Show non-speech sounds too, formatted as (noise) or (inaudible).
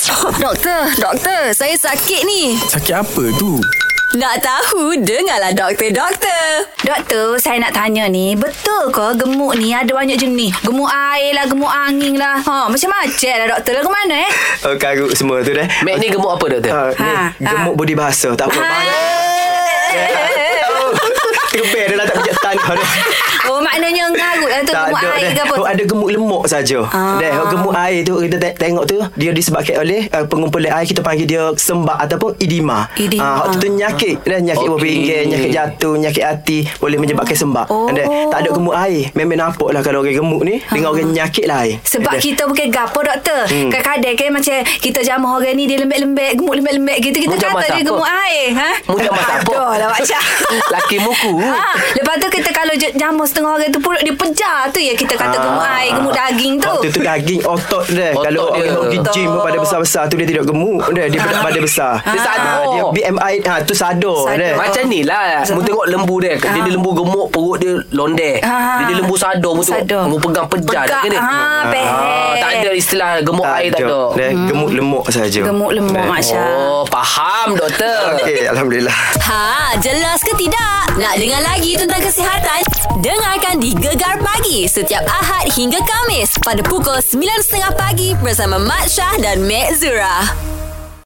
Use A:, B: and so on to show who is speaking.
A: (laughs) Doktor, doktor, saya sakit ni.
B: Sakit apa tu?
A: Nak tahu, dengarlah doktor, doktor.
C: Doktor, saya nak tanya ni, betul ke gemuk ni ada banyak jenis? Gemuk air lah, gemuk angin lah. Ha, macam-macam lah doktor lah. Ke mana eh?
D: Oh, karut semua tu dah.
E: Mac ni gemuk apa doktor?
D: Ha, ni,
C: Ha,
D: gemuk
C: ha.
D: body bahasa. Tak apa. Bahaya. Oh, Tergebel dah lah tak pijak tanah dah. (laughs)
C: Oh, maknanya ngarut lah tu gemuk air ke
D: dah.
C: apa?
D: Oh, ada gemuk lemuk saja.
C: Ah.
D: Dah oh, gemuk air tu kita te- tengok tu dia disebabkan oleh uh, pengumpulan air kita panggil dia sembak ataupun edema.
C: Edema.
D: Ah, waktu tu nyakit dah nyakit okay.
E: Okey.
D: pinggir, nyakit jatuh, nyakit hati boleh menyebabkan sembak.
C: Oh. Ah.
D: Dah tak ada gemuk air. Memang nampak lah kalau orang gemuk ni dengan orang nyakit lah air.
C: Sebab
D: Dah.
C: kita bukan gapo doktor. Hmm. Kadang-kadang kan macam kita jamah orang ni dia lembek-lembek, gemuk lembek-lembek gitu kita
E: Mu jamah
C: kata dia
E: siapa?
C: gemuk air, ha?
E: Mu jamah siapa?
C: Aduh lah macam.
D: (laughs)
E: Laki muku.
C: Ha, lepas tu kita kalau j- jamah setengah orang tu perut dia pejar tu ya kita kata
D: Ah.
C: gemuk air, gemuk daging tu.
D: Waktu tu daging otot dia
E: Otot
D: Kalau
E: dia.
D: orang pergi gym
C: Otot.
D: Pada besar-besar tu Dia tidak gemuk dia Dia berat badan besar
E: Dia sadar.
D: Ah, Dia BMI ha, Tu sadar
C: Sadar.
D: dia.
E: Macam ni lah Mu tengok lembu dia Dia
C: Ah.
E: ada lembu gemuk Perut dia londek
C: Ah.
E: Dia ada lembu sadar Mu
C: Sadar.
E: tengok Mu pegang pejar
C: Pegang,
E: dia.
C: ah, peh.
E: Tak ada istilah Gemuk air tak ada
D: Ah, Dia Gemuk lemuk saja
C: Hmm. Gemuk lemuk
D: Dah.
C: Masya.
E: Oh faham doktor
D: Okey Alhamdulillah
A: Ha, jelas ke tidak? Nak dengar lagi tentang kesihatan? Dengarkan di Gegar Pagi setiap Ahad hingga Kamis pada pukul 9.30 pagi bersama Mat Syah dan Mek Zura.